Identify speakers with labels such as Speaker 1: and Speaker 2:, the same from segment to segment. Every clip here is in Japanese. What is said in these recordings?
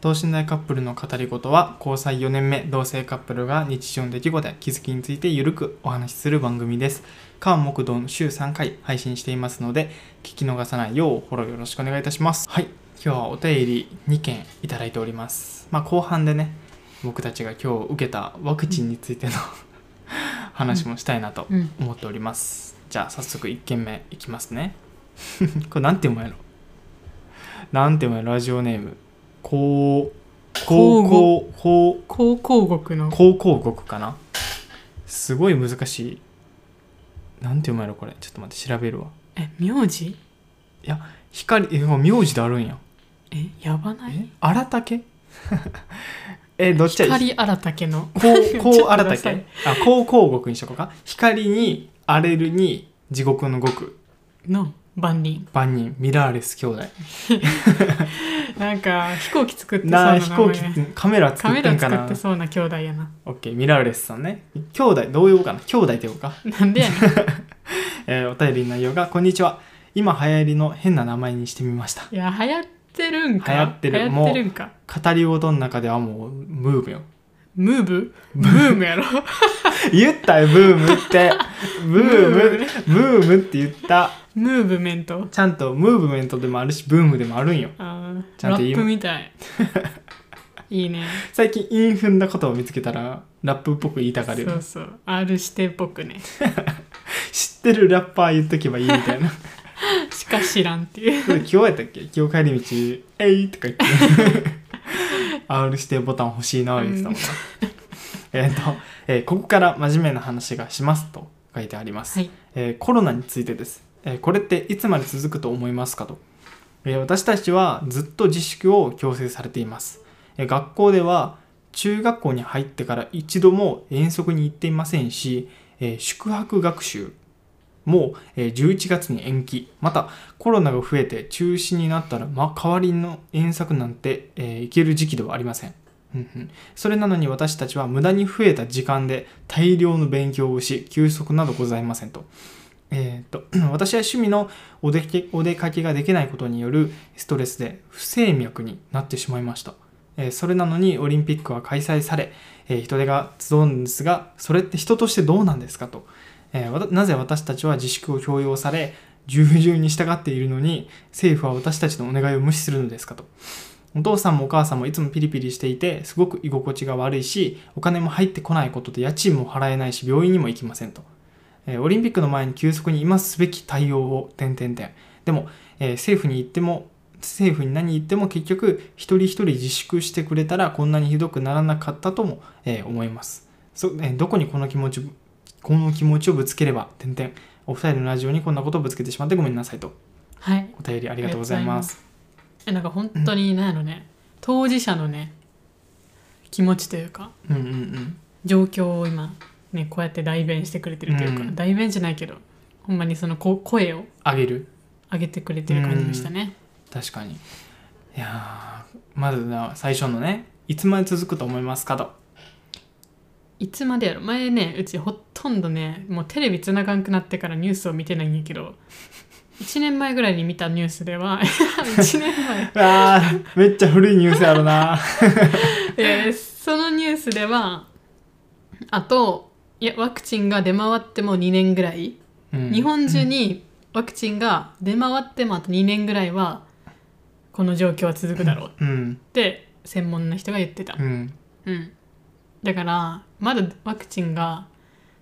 Speaker 1: 等身大カップルの語り事は交際4年目同性カップルが日常の出来事や気づきについてゆるくお話しする番組です川木道の週3回配信していますので聞き逃さないようフォローよろしくお願いいたしますはい今日はお便り2件いただいておりますまあ後半でね僕たちが今日受けたワクチンについての話もしたいなと
Speaker 2: うん
Speaker 1: 思っております、じゃあ早速1件目いきますねこれなんて読むんやろなんて読むんやろラジオネームこうこうこう
Speaker 2: 高校国の
Speaker 1: 高校国かなすごい難しいなんて読むんやろこれちょっと待って調べるわ
Speaker 2: え名字
Speaker 1: 光え名字であるんや
Speaker 2: えやばな
Speaker 1: え
Speaker 2: い
Speaker 1: 荒竹えどっちや
Speaker 2: 光新竹の
Speaker 1: こう、こ
Speaker 2: ちょっ
Speaker 1: う
Speaker 2: と
Speaker 1: 新
Speaker 2: ダ
Speaker 1: た
Speaker 2: サい
Speaker 1: け。あ、こう広獄にしとこうか。光に、荒れるに、地獄の極、
Speaker 2: の番人
Speaker 1: 万人、ミラーレス兄弟。
Speaker 2: なんか飛行機作ってそう
Speaker 1: な
Speaker 2: な
Speaker 1: あ、
Speaker 2: 名
Speaker 1: 飛行機
Speaker 2: 前、
Speaker 1: カメラ
Speaker 2: カ
Speaker 1: 作っ
Speaker 2: メ
Speaker 1: てん
Speaker 2: ラ
Speaker 1: か
Speaker 2: 作
Speaker 1: な
Speaker 2: って。そうな兄弟やな
Speaker 1: オッケー、ミラーレスさんね。兄弟、どう呼ぼうかな。兄弟って呼ぼうか。
Speaker 2: なんでやね ん
Speaker 1: えーお便りの内容が、こんにちは。今流行りの変な名前にしてみました。
Speaker 2: いや流行ってるんか
Speaker 1: 流行ってる
Speaker 2: 流行ってるんか
Speaker 1: 語り事の中ではもう、ムーブよ。
Speaker 2: ム ーブブームやろ
Speaker 1: 言ったよ、ブーム って。ブー
Speaker 2: ムーブ
Speaker 1: ム
Speaker 2: ね、
Speaker 1: ブームって言った。
Speaker 2: ムーブメント
Speaker 1: ちゃんと、ムーブメントでもあるし、ブームでもあるんよ。
Speaker 2: あー
Speaker 1: ちゃんと
Speaker 2: ラ
Speaker 1: 言う
Speaker 2: ップ みたいいいね
Speaker 1: 最近インフンなことを見つけたらラップっぽく言いたがるよね
Speaker 2: そうそう R 指定っぽくね
Speaker 1: 知ってるラッパー言っとけばいいみたいな
Speaker 2: しか知らんっていう
Speaker 1: 今日やったっけ今日帰り道「えい!」とか言って R 指定ボタン欲しいな言ってたもんなえっと、えーここから真面目な話がします」と書いてあります、
Speaker 2: はい
Speaker 1: えーコロナについてです、えーこれっていつまで続くと思いますかと、えー私たちはずっと自粛を強制されています、えー学校では中学校に入ってから一度も遠足に行っていませんし、えー宿泊学習も、えー11月に延期またコロナが増えて中止になったら、まあ、代わりの遠足なんて、えー行ける時期ではありませんうんうんそれなのに私たちは無駄に増えた時間で大量の勉強をし休息などございませんと,、えーっと 私は趣味のお出けお出かけができないことによるストレスで不整脈になってしまいました、えーそれなのにオリンピックは開催され、えー人手が集うんですがそれって人としてどうなんですかと、えーわたなぜ私たちは自粛を強要され従順に従っているのに政府は私たちのお願いを無視するのですかとお父さんもお母さんもいつもピリピリしていてすごく居心地が悪いしお金も入ってこないことで家賃も払えないし病院にも行きませんと、えーオリンピックの前に急速に今すべき対応を点々点でも、えー政府に言っても政府に何言っても結局一人一人自粛してくれたらこんなにひどくならなかったとも、えー思いますそ、えーどこにこの気持ちをこの気持ちをぶつければ点々お二人のラジオにこんなことをぶつけてしまってごめんなさいと
Speaker 2: はい
Speaker 1: お便りあ
Speaker 2: あ
Speaker 1: りがとうございます
Speaker 2: えなんか本当に何やろね当事者のね気持ちというか
Speaker 1: うんうんうん
Speaker 2: 状況を今ねこうやって代弁してくれてるというか、
Speaker 1: うん
Speaker 2: 代弁じゃないけどほんまにそのこ声を
Speaker 1: あげる
Speaker 2: 上げてくれてる感じでしたね、
Speaker 1: 確かにいやーまずな最初のねいつまで続くと思いますかと
Speaker 2: いつまでやろ前ねうちほとんどねもうテレビつながんくなってからニュースを見てないんやけど1年前ぐらいに見たニュース では1年前
Speaker 1: あー めっちゃ古いニュースやろな
Speaker 2: えーそのニュースではあといやワクチンが出回っても2年ぐらい
Speaker 1: うん
Speaker 2: 日本中にワクチンが出回ってもあと2年ぐらいはこの状況は続くだろうっ
Speaker 1: うん
Speaker 2: て専門の人が言ってた
Speaker 1: う、ん
Speaker 2: うん、だからまだワクチンが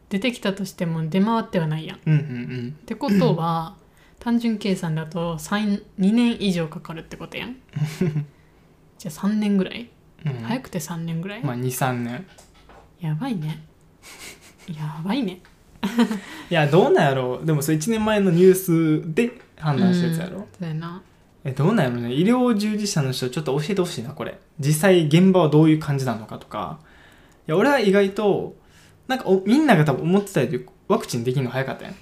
Speaker 2: 出てきたとしても出回ってはないやんっ
Speaker 1: うんうん
Speaker 2: てことは単純計算だと2年以上かかるってこ とやんじゃあ3年ぐらい
Speaker 1: うんうん
Speaker 2: 早くて3年ぐらい、
Speaker 1: まあ23年
Speaker 2: やばいねやばいね
Speaker 1: いやどうなんやろうでもそれ1年前のニュースで判断したやつやろ、
Speaker 2: うんそうやな
Speaker 1: えどうなんやろうね医療従事者の人ちょっと教えてほしいなこれ実際現場はどういう感じなのかとかいや俺は意外となんかおみんなが多分思ってたよりワクチンできるの早かったやん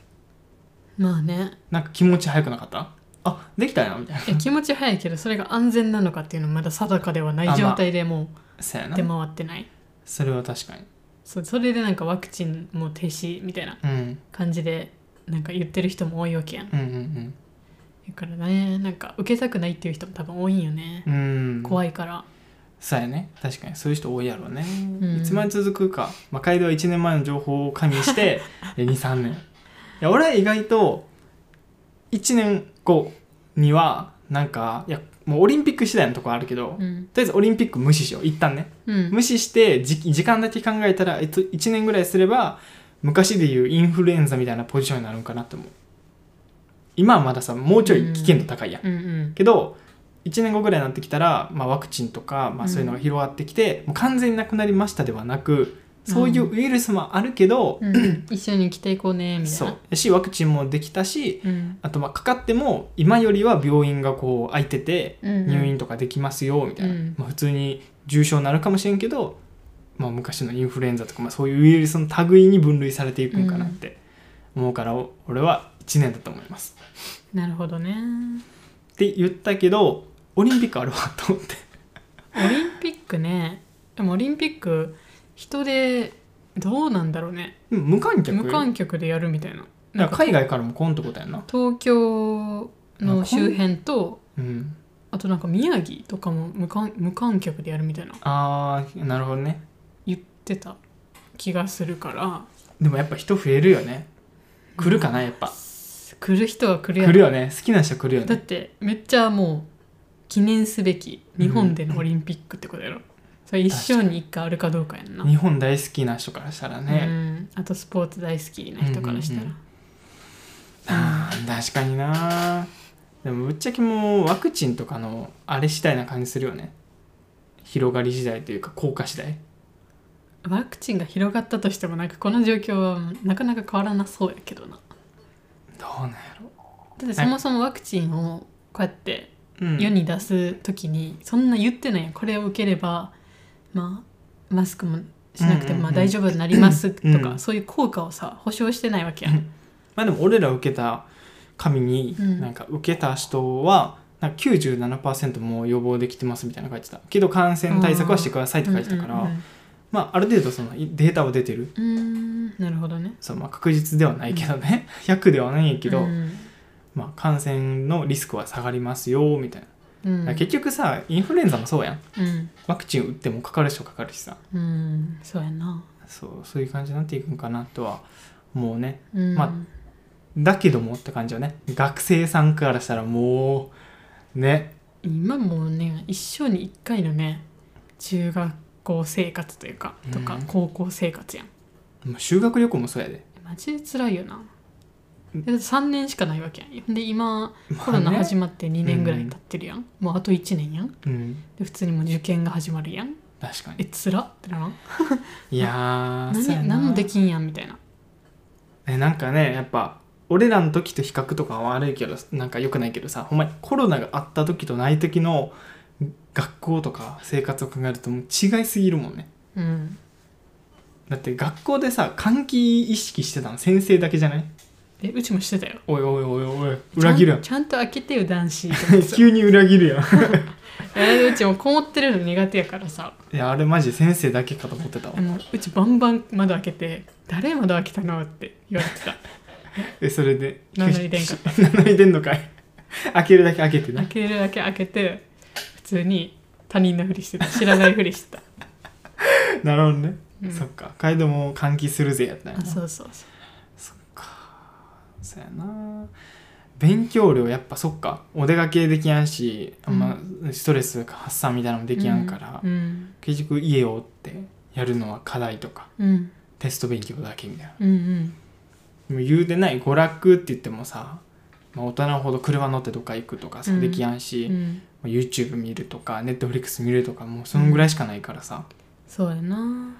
Speaker 2: まあね
Speaker 1: なんか気持ち早くなかったあできたよみたいない
Speaker 2: や気持ち早いけどそれが安全なのかっていうのはまだ定かではない状態でも
Speaker 1: そうや
Speaker 2: う
Speaker 1: な
Speaker 2: 出回ってない、
Speaker 1: それは確かに
Speaker 2: そうそれでなんかワクチンも停止みたいな
Speaker 1: うん
Speaker 2: 感じでなんか言ってる人も多いわけやんだ
Speaker 1: うんうん
Speaker 2: からねなんか受けたくないっていう人も多分多いんよね、
Speaker 1: うんうん
Speaker 2: 怖いから
Speaker 1: そうやね確かにそういう人多いやろうね、
Speaker 2: うん
Speaker 1: いつまで続くか、まあ、楓は1年前の情報を加味して 23年いや俺は意外と1年後にはなんかいやもうオリンピック次第のとこあるけど、と
Speaker 2: うん
Speaker 1: りあえずオリンピック無視しよう一旦ね
Speaker 2: うん
Speaker 1: 無視してじ時間だけ考えたら1年ぐらいすれば昔でいうインフルエンザみたいなポジションになるんかなって思う今はまださもうちょい危険度高いやん
Speaker 2: うんうん
Speaker 1: けど1年後ぐらいになってきたら、まあ、ワクチンとか、まあ、そういうのが広がってきて、もう完全になくなりましたではなくそういうウイルスもあるけど、
Speaker 2: うん一緒に来ていこうねみたいな
Speaker 1: そうやしワクチンもできたし
Speaker 2: うん
Speaker 1: あとまあかかっても今よりは病院がこう空いてて
Speaker 2: うん
Speaker 1: 入院とかできますよみたいな、
Speaker 2: うん
Speaker 1: まあ、普通に重症になるかもしれんけど、まあ、昔のインフルエンザとか、まあ、そういうウイルスの類に分類されていくんかなって思うから、お俺は1年だと思います。
Speaker 2: なるほどね
Speaker 1: って言ったけどオリンピックあるわと思って。
Speaker 2: オリンピックねでもオリンピック人でどうなんだろうね
Speaker 1: でも無観客
Speaker 2: 無観客でやるみたいな
Speaker 1: だから海外からも来んってことやんな。
Speaker 2: 東京の周辺と
Speaker 1: うん。
Speaker 2: あとなんか宮城とかも無観無観客でやるみたいな
Speaker 1: あー、なるほどね。
Speaker 2: 言ってた気がするから
Speaker 1: でもやっぱ人増えるよね。来るかな、やっぱ。
Speaker 2: 来る人は来るや
Speaker 1: 来
Speaker 2: ろ
Speaker 1: るよね。好きな人来るよ
Speaker 2: だっ
Speaker 1: ね。
Speaker 2: てめっちゃもう記念すべき日本でのオリンピックってことやろ、それ一生に一回あるかどうかやんな、
Speaker 1: 日本大好きな人からしたら
Speaker 2: う
Speaker 1: ね。
Speaker 2: んあとスポーツ大好きな人からしたら、
Speaker 1: うんうんあー確かになでもぶっちゃけもうワクチンとかのあれ次第な感じするよね。広がり次第というか効果次第。
Speaker 2: ワクチンが広がったとしてもなんかこの状況はなかなか変わらなそうやけどな
Speaker 1: どうなんやろ。
Speaker 2: だってそもそもワクチンをこうやって
Speaker 1: うん。
Speaker 2: 世に出す時にそんな言ってないやんこれを受ければまあマスクもしなくて
Speaker 1: うんうんうん
Speaker 2: もまあ大丈夫になりますと
Speaker 1: う
Speaker 2: か
Speaker 1: ん
Speaker 2: そういう効果をさ保証してないわけやん
Speaker 1: まあでも俺ら受けた紙に、
Speaker 2: うん
Speaker 1: なんか受けた人はなんか97%もう予防できてますみたいなの書いてたけど感染対策はしてくださいって書いてたから、
Speaker 2: うんうんうん
Speaker 1: まあある程度そのいデータは出てる
Speaker 2: うーんなるほどね。
Speaker 1: そう、まあ、確実ではないけどね 100ではないけど、
Speaker 2: うん
Speaker 1: まあ、感染のリスクは下がりますよみたいな、
Speaker 2: うん
Speaker 1: だから結局さインフルエンザもそうやん
Speaker 2: うん
Speaker 1: ワクチン打ってもかかる人かかるしさ
Speaker 2: うんそうやな。
Speaker 1: そうそういう感じになっていくんかなとはもうね
Speaker 2: うん、
Speaker 1: まだけどもって感じよね学生さんからしたらもうね
Speaker 2: 今もうね一生に一回のね中学校生活というかとか
Speaker 1: うん
Speaker 2: 高校生活やん。
Speaker 1: もう修学旅行もそうやで
Speaker 2: マジで辛いよな。
Speaker 1: うん
Speaker 2: だって3年しかないわけやん。で今コロナ始まって2年ぐらい経ってるやん。もうあと1年やん。
Speaker 1: うん
Speaker 2: で普通にもう受験が始まるやん。
Speaker 1: 確か
Speaker 2: え
Speaker 1: に
Speaker 2: 辛っってならん
Speaker 1: いやーそうや
Speaker 2: 何
Speaker 1: な
Speaker 2: 何もできんやんみたいな。
Speaker 1: えなんかねやっぱ俺らの時と比較とかは悪いけどなんか良くないけどさほんまにコロナがあった時とない時の学校とか生活を考えるともう違いすぎるもんね
Speaker 2: うん、
Speaker 1: だって学校でさ換気意識してたの先生だけじゃない
Speaker 2: えうちもしてたよ。
Speaker 1: おいおいおいおい裏切るやん
Speaker 2: ちゃんちゃんと開けてよ男子
Speaker 1: 急に裏切るやん
Speaker 2: えうちもこもってるの苦手やからさ
Speaker 1: いやあれマジ先生だけかと思ってたわ
Speaker 2: もううちバンバン窓開けて「誰窓開けたの?」って言われてた
Speaker 1: えそれ で
Speaker 2: 名乗り出んかっ
Speaker 1: 名乗り出んのかい 開けるだけ開けて な
Speaker 2: 開けるだけ開けて普通に他人のふりしてた知らないふりしてた
Speaker 1: なるほどね、
Speaker 2: うん
Speaker 1: そっかカイドも換気するぜやったんや
Speaker 2: あ
Speaker 1: な
Speaker 2: そうそうそ
Speaker 1: そやな勉強量やっぱそっかお出かけできやんしあんまストレス発散みたいなのも
Speaker 2: う
Speaker 1: できやんから、
Speaker 2: うん
Speaker 1: 結局家を追ってやるのは課題とか
Speaker 2: うん
Speaker 1: テスト勉強だけみたいな
Speaker 2: うんうん
Speaker 1: でも言うてない娯楽って言ってもさ、まあ、大人ほど車乗ってどっか行くとかさ、
Speaker 2: うん
Speaker 1: できやんし、
Speaker 2: うん
Speaker 1: YouTube 見るとか Netflix 見るとかもうそのぐらいしかないからさ、
Speaker 2: そうやな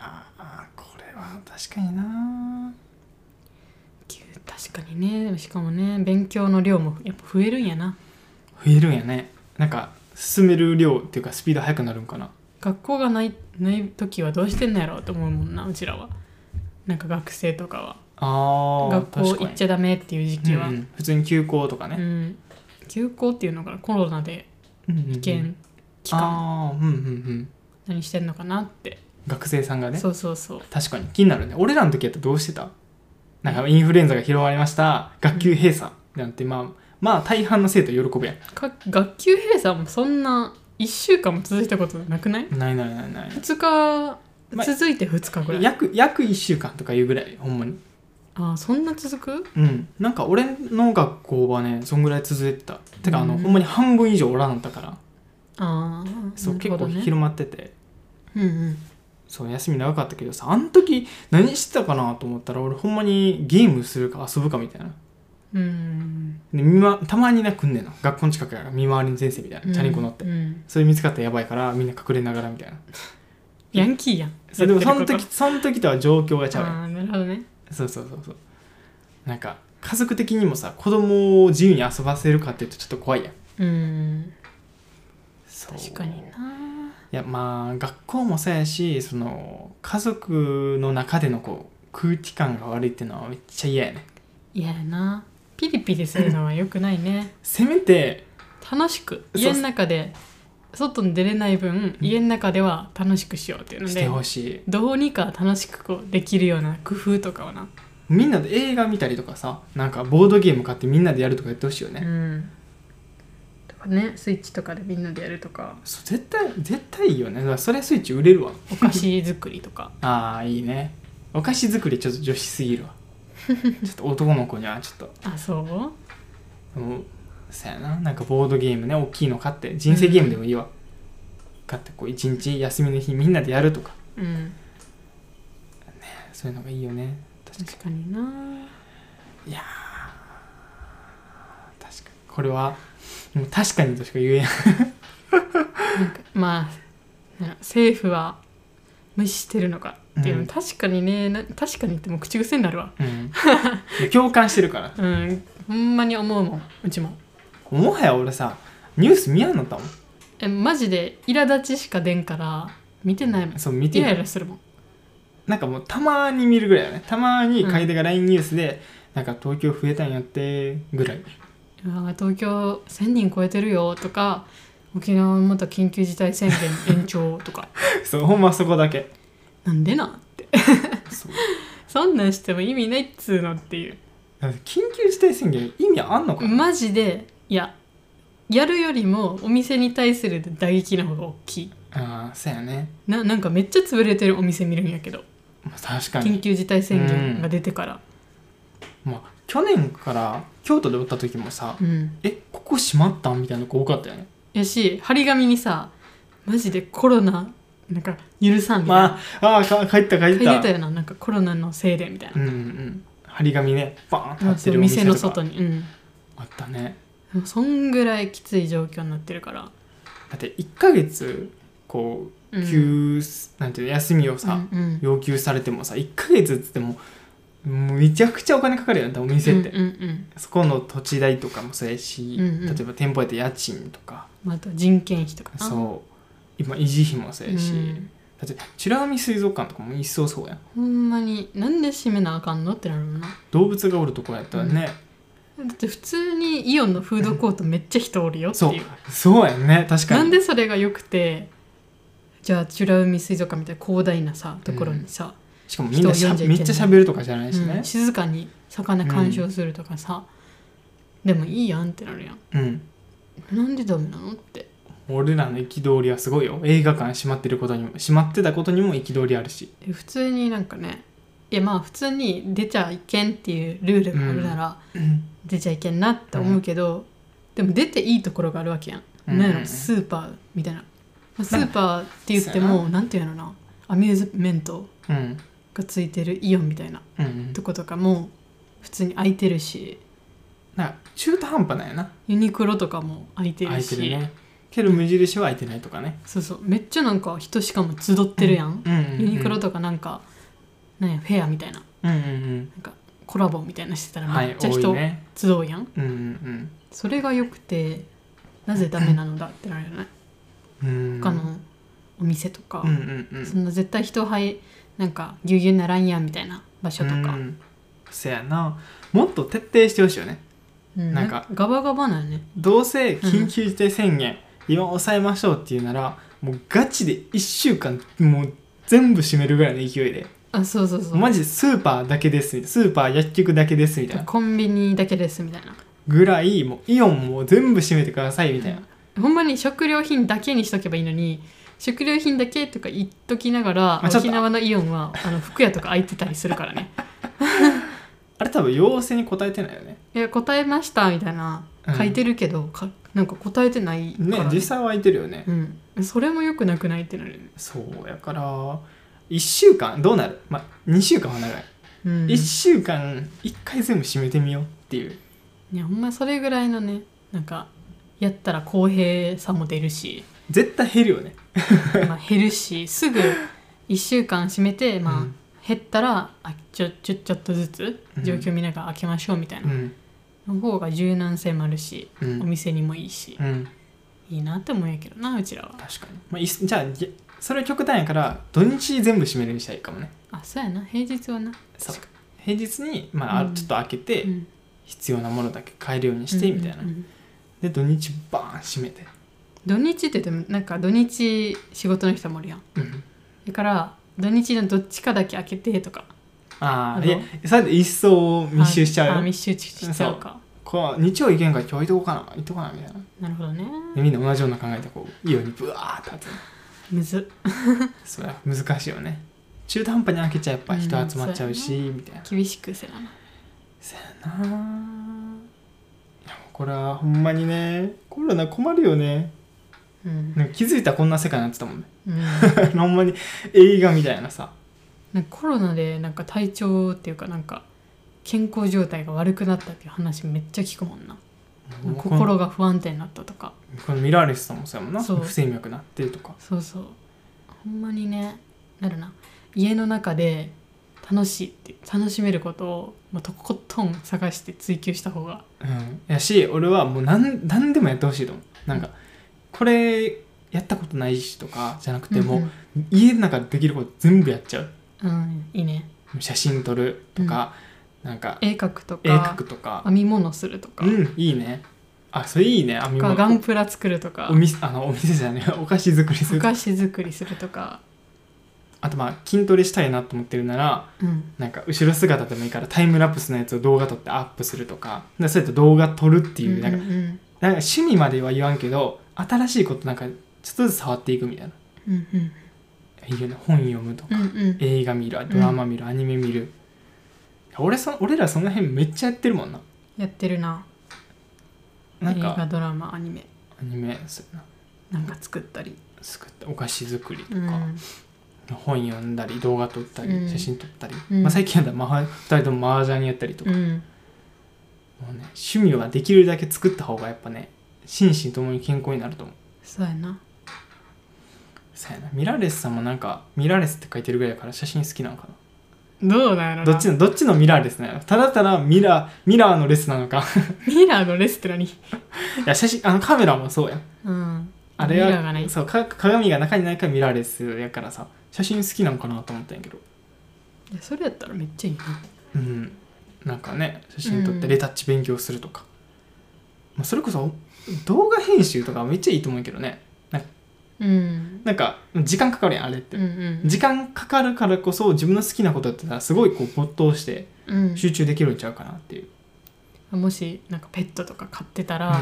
Speaker 1: ああこれは確かにな
Speaker 2: きゅ確かにねしかもね勉強の量もやっぱ増えるんやな
Speaker 1: 増えるんやねなんか進める量っていうかスピード速くなるんかな
Speaker 2: 学校がないない時はどうしてんのやろうと思うもんなうちらはなんか学生とかは
Speaker 1: あ
Speaker 2: 学校行っちゃダメっていう時期は、
Speaker 1: うんうん普通に休校とか
Speaker 2: う
Speaker 1: ね、
Speaker 2: ん、休校っていうのかなコロナで
Speaker 1: 危
Speaker 2: 危険期間
Speaker 1: ああうんうんうん
Speaker 2: 何してんのかなって、
Speaker 1: 学生さんがね
Speaker 2: そうそうそう
Speaker 1: 確かに気になるね俺らの時やったらどうしてたなんかインフルエンザが広がりました学級閉鎖なんてまあまあ大半の生徒喜ぶやん
Speaker 2: か学級閉鎖もそんな1週間も続いたことなくない
Speaker 1: ないないないない
Speaker 2: ?2
Speaker 1: まあ
Speaker 2: 日続いて2日ぐらい、
Speaker 1: 約約1週間とかいうぐらいほんまに
Speaker 2: ああそんな続く
Speaker 1: うんなんか俺の学校はねそんぐらい続いてたてかあの、
Speaker 2: うん
Speaker 1: ほんまに半分以上おらんのだから
Speaker 2: ああ
Speaker 1: そう、
Speaker 2: なる
Speaker 1: 結
Speaker 2: ほ
Speaker 1: 構
Speaker 2: どね
Speaker 1: 広まってて
Speaker 2: うんうん
Speaker 1: そう休み長かったけどさあの時何してたかなと思ったら俺ほんまにゲームするか遊ぶかみたいな
Speaker 2: うん
Speaker 1: で見、ま、たまになくんねんな学校の近くやから見回りの先生みたいなチャリンコ乗って、
Speaker 2: うん
Speaker 1: それ見つかったらやばいからみんな隠れながらみたいな
Speaker 2: ヤンキーやん
Speaker 1: そうでもそ
Speaker 2: やっ
Speaker 1: の
Speaker 2: てるこ
Speaker 1: 時その時とは状況がち
Speaker 2: と
Speaker 1: ゃうやん
Speaker 2: ああなるほどね
Speaker 1: そうそうそうそうなんか家族的にもさ子供を自由に遊ばせるかっていうとちょっと怖いやん
Speaker 2: うん
Speaker 1: そう
Speaker 2: 確かにない
Speaker 1: やまあ学校もそうやしその家族の中でのこう空気感が悪いっていうのはめっちゃ嫌やね
Speaker 2: 嫌やなピリピリするのは良くないね
Speaker 1: せめて
Speaker 2: 楽しく
Speaker 1: そう
Speaker 2: 家の中で外に出れない分家の中では楽しくしようっていうの
Speaker 1: して
Speaker 2: で
Speaker 1: ほしい
Speaker 2: どうにか楽しくこうできるような工夫とかはな、
Speaker 1: みんなで映画見たりとかさなんかボードゲーム買ってみんなでやるとかやってほしいよね、
Speaker 2: うんとかねスイッチとかでみんなでやるとか
Speaker 1: そう絶対絶対いいよねだからそれスイッチ売れるわ
Speaker 2: お菓子作りとか
Speaker 1: ああいいねお菓子作りちょっと女子すぎる わちょっと男の子にはちょっと
Speaker 2: あそう
Speaker 1: うんそうやななんかボードゲームね大きいの買って人生ゲームでもいいわ、買ってこう一日休みの日みんなでやるとか
Speaker 2: うん
Speaker 1: そういうのがいいよね確か
Speaker 2: 確かにな
Speaker 1: に確かにこれはもう確かにとしか言えない
Speaker 2: なんかまあな政府は無視してるのかっていうの、
Speaker 1: うん
Speaker 2: 確かにねな確かにってもう口癖になるわ
Speaker 1: うんい や共感してるから
Speaker 2: うんほんまに思うもんうちも
Speaker 1: もはや俺さニュース見やんのったもん
Speaker 2: えマジで苛立ちしか出んから見てないもん
Speaker 1: そう見
Speaker 2: イ
Speaker 1: て
Speaker 2: ライ
Speaker 1: る
Speaker 2: ラするもん
Speaker 1: なんかもうたまに見るぐらいだねたまに楓が LINE ニュースで、なんか東京増えたんやってぐらい
Speaker 2: あー東京1000人超えてるよとか沖縄また緊急事態宣言延長 とか
Speaker 1: そうほんまそこだけ
Speaker 2: なんでな
Speaker 1: そう
Speaker 2: そんなんしても意味ないっつうのっていう
Speaker 1: だって緊急事態宣言意味あんのかな
Speaker 2: マジでいややるよりもお店に対する打撃の方が大きい
Speaker 1: ああそうやね、
Speaker 2: ななんかめっちゃ潰れてるお店見るんやけど
Speaker 1: まあ、確かに
Speaker 2: 緊急事態宣言が出てから
Speaker 1: まあ、去年から京都で打った時もさ、
Speaker 2: うん
Speaker 1: えここ閉まったんみたいな子多かったよね
Speaker 2: やし張り紙にさマジでコロナなんか許さんみたいな、
Speaker 1: まああーか帰った帰
Speaker 2: 書
Speaker 1: っ
Speaker 2: い
Speaker 1: た
Speaker 2: てたよななんかコロナのせいでみたい
Speaker 1: うん
Speaker 2: な、
Speaker 1: うんうん張り紙ねバーンって貼
Speaker 2: まあ
Speaker 1: って
Speaker 2: そう
Speaker 1: るお店
Speaker 2: 店
Speaker 1: と
Speaker 2: の
Speaker 1: か
Speaker 2: 外にうん
Speaker 1: あったね
Speaker 2: でもそんぐらいきつい状況になってるから、
Speaker 1: だって1ヶ月こ
Speaker 2: う、
Speaker 1: うん休、なんていうの休みをさ、
Speaker 2: うんうん
Speaker 1: 要求されてもさ1ヶ月っつってももうめちゃくちゃお金かかるよね多分お店って、
Speaker 2: うんうんうん
Speaker 1: そこの土地代とかもそうやし、
Speaker 2: うんうん
Speaker 1: 例えば店舗やったら家賃とか
Speaker 2: まあ、あと人件費とかう
Speaker 1: そう今維持費もそうやし、
Speaker 2: うん
Speaker 1: だって美ら海水族館とかも一層そうやん
Speaker 2: ほんまになんで閉めなあかんのってなるもんなだ
Speaker 1: 動物がおるとこやったらね、
Speaker 2: って普通にイオンのフードコートめっちゃ人おるよって
Speaker 1: そ
Speaker 2: いう
Speaker 1: うそうやんね確かに
Speaker 2: なんでそれが良くてじゃあ美ら海水族館みたいな広大なさところにさ、
Speaker 1: しかもみんなしゃ
Speaker 2: 人を呼んじゃいけ
Speaker 1: め
Speaker 2: ない
Speaker 1: っちゃ喋るとかじゃな
Speaker 2: う
Speaker 1: い
Speaker 2: ん
Speaker 1: しね
Speaker 2: 静かに魚鑑賞するとかさ、でもいいやんってなるやん
Speaker 1: うん、
Speaker 2: なんでダメなのって
Speaker 1: 俺らの憤りはすごいよ映画館閉まってることにも閉まってたことにも憤りあるし
Speaker 2: で普通になんかねいやまあ普通に出ちゃいけんっていうルールがあるなら、出ちゃいけんなって思うけど、でも出ていいところがあるわけやん、
Speaker 1: うん
Speaker 2: なんやろスーパーみたいな、まあスーパーって言って
Speaker 1: そうや
Speaker 2: もなんていうのなアミューズメント
Speaker 1: うん
Speaker 2: がついてるイオンみたいな
Speaker 1: うん
Speaker 2: とことかも普通に空いてるし
Speaker 1: なんか中途半端なんやな
Speaker 2: ユニクロとかも空いて
Speaker 1: 空
Speaker 2: る
Speaker 1: いて
Speaker 2: し
Speaker 1: るねけど無印は空いてないとかね、
Speaker 2: そうそうめっちゃなんか人しかも集ってるやん、
Speaker 1: うんうんうん、
Speaker 2: ユニクロとかなんかなんやフェアみたいな
Speaker 1: うんうん
Speaker 2: コラボみたいなしてた
Speaker 1: う
Speaker 2: ら
Speaker 1: んは
Speaker 2: め
Speaker 1: い
Speaker 2: っちゃ
Speaker 1: 多い
Speaker 2: 人
Speaker 1: ね
Speaker 2: 集うやん、
Speaker 1: うんうん
Speaker 2: それが良くてなぜダメなのだってなるよね
Speaker 1: うんうん
Speaker 2: 他のお店とか、
Speaker 1: うんうんうん
Speaker 2: そんな絶対人はいなんかぎゅうぎゅうならんやんみたいな場所と
Speaker 1: う
Speaker 2: か、
Speaker 1: んせやなもっと徹底してほしいよね
Speaker 2: うん
Speaker 1: なんか
Speaker 2: ガバガバなんよね
Speaker 1: どうせ緊急事態宣言、今抑えましょうっていうならもうガチで1週間もう全部閉めるぐらいの勢いで
Speaker 2: あそうそうそう
Speaker 1: マジでスーパーだけですみたいなスーパー薬局だけですみたいな
Speaker 2: コンビニだけですみたいな
Speaker 1: ぐらいもうイオンも全部閉めてくださいみたいな、
Speaker 2: ほんまに食料品だけにしとけばいいのに食料品だけとか言っときながら
Speaker 1: あちょっと
Speaker 2: 沖縄のイオンはあの服屋とか開いてたりするか らね
Speaker 1: あれ多分要請に応えてないよね
Speaker 2: いや答えましたみたいな
Speaker 1: うん
Speaker 2: 書いてるけど、かなんか答えてないから
Speaker 1: ね実際は空いてるよね、
Speaker 2: うん、それもよくなくないってなるよね、
Speaker 1: そうやから1週間どうなるまあ2週間は長い、
Speaker 2: うん、
Speaker 1: 1週間1回全部締めてみようっていう
Speaker 2: いやほんまそれぐらいのねなんかやったら公平さも出るし、
Speaker 1: 絶対減るよね
Speaker 2: まあ、減るしすぐ1週間締めて、まあ
Speaker 1: うん
Speaker 2: 減ったらあちょちょちょっとずつ
Speaker 1: うん
Speaker 2: 状況見ながら開けましょうみたいな、
Speaker 1: ん
Speaker 2: の方が柔軟性もあるし、
Speaker 1: う
Speaker 2: お
Speaker 1: ん、
Speaker 2: 店にもいいし、
Speaker 1: うん、
Speaker 2: いいなって思うんやけどなうちらは
Speaker 1: 確かに、まあ、いっじゃあいそれは極端やから土日全部締めるにしたらいいかもね
Speaker 2: あそうやな平日はな
Speaker 1: そう平日に、まあ、
Speaker 2: うん
Speaker 1: ちょっと開けて
Speaker 2: うん
Speaker 1: 必要なものだけ買えるようにしてみたいな、
Speaker 2: うんうんうん
Speaker 1: で土日バーン閉めて、
Speaker 2: 土日ってでもなんか土日仕事の人もおるやん
Speaker 1: うん、
Speaker 2: だから土日のどっちかだけ開けてとか
Speaker 1: あ
Speaker 2: あ
Speaker 1: あ
Speaker 2: の
Speaker 1: いやそれで一層密集しちゃう
Speaker 2: あ
Speaker 1: よ
Speaker 2: あ密集しちゃうか
Speaker 1: こう日曜行けんから今日行いとこうかな行っとこうかなみたいな
Speaker 2: なるほどね
Speaker 1: でみんな同じような考えでこうイオンにブワーって集める
Speaker 2: むずっ
Speaker 1: それは難しいよね中途半端に開けちゃやっぱ人集まっちゃうし、みたいな
Speaker 2: 厳しくせなな
Speaker 1: そやなあいやもうこれはほんまにねコロナ困るよね
Speaker 2: うん、
Speaker 1: なんか気づいたらこんな世界になってたもんね
Speaker 2: うん、
Speaker 1: ほんまに映画みたいなさ
Speaker 2: なんかコロナでなんか体調っていうかなんか健康状態が悪くなったっていう話めっちゃ聞くもんな
Speaker 1: もうこの
Speaker 2: 心が不安定になったとか
Speaker 1: このミラーレスさんもそうやもんな
Speaker 2: そう
Speaker 1: 不整脈なってるとか
Speaker 2: そうそうほんまにねなるな家の中で楽しいって楽しめることをもうとことん探して追求した方が
Speaker 1: うんやし俺はもう何何でもやってほしいと思うなんかこれやったことないしとかじゃなくてもう、家の中でできること全部やっちゃう
Speaker 2: うんうん、うんいいね
Speaker 1: 写真撮るとか、なんか
Speaker 2: 絵描くと
Speaker 1: 絵描
Speaker 2: か
Speaker 1: くとか
Speaker 2: 編み物するとか,、
Speaker 1: うんいいねあそれいいね編み
Speaker 2: かガン
Speaker 1: 物
Speaker 2: プラ作るとか
Speaker 1: お店あのお店じゃね お菓子作りす
Speaker 2: お
Speaker 1: る
Speaker 2: 菓子作りするとか、
Speaker 1: あとまあ筋トレしたいなと思ってるなら
Speaker 2: うん、
Speaker 1: なんか後ろ姿でもいいからタイムラプスのやつを動画撮ってアップするとかでそうやって動画撮るっていう、なんか
Speaker 2: んうん
Speaker 1: なんか趣味までは言わんけど新しいことなんかちょっとずつ触っていくみたいな
Speaker 2: うんうん
Speaker 1: いいよね本読むとか、
Speaker 2: うんうん
Speaker 1: 映画見るドラマ見る、アニメ見る俺そ俺らその辺めっちゃやってるもんな
Speaker 2: やってるな
Speaker 1: なん
Speaker 2: 映画
Speaker 1: か
Speaker 2: ドラマアニメ
Speaker 1: アニメそうやな
Speaker 2: なんか作ったり
Speaker 1: 作ったお菓子作りと
Speaker 2: う
Speaker 1: か、
Speaker 2: ん
Speaker 1: 本読んだり動画撮ったり、
Speaker 2: うん
Speaker 1: 写真撮ったり、
Speaker 2: うん
Speaker 1: まあ、最近やったらマハ2人とも麻雀やったりと
Speaker 2: う
Speaker 1: か、
Speaker 2: ん
Speaker 1: もうね、趣味はできるだけ作った方がやっぱね心身ともに健康になると思う
Speaker 2: そうやな
Speaker 1: そうやなミラーレスさんもなんかミラーレスって書いてるぐらいだから写真好きなのかな
Speaker 2: どうなんやろな
Speaker 1: どっちのどっちのミラーレスなのただただミラーミラーのレスなの か
Speaker 2: ミラーのレスって何
Speaker 1: いや写真あのカメラもそうやん
Speaker 2: うん
Speaker 1: あれは
Speaker 2: ミラーがない
Speaker 1: そうか鏡が中にないからミラーレスやからさ写真好きなのかなと思ったんやけど
Speaker 2: いやそれやったらめっちゃいいな
Speaker 1: うんなんかね写真撮っ
Speaker 2: う
Speaker 1: て
Speaker 2: ん
Speaker 1: レタッチ勉強するとか、まあ、それこそ動画編集とかめっちゃいいと思うけどね
Speaker 2: うん
Speaker 1: なんか時間かかるやんあれっ
Speaker 2: う
Speaker 1: て、
Speaker 2: んうん
Speaker 1: 時間かかるからこそ自分の好きなことやってたらすごいこう没頭して
Speaker 2: うん
Speaker 1: 集中できるんちゃうかなっていう、
Speaker 2: もしなんかペットとか飼ってた
Speaker 1: うん
Speaker 2: ら、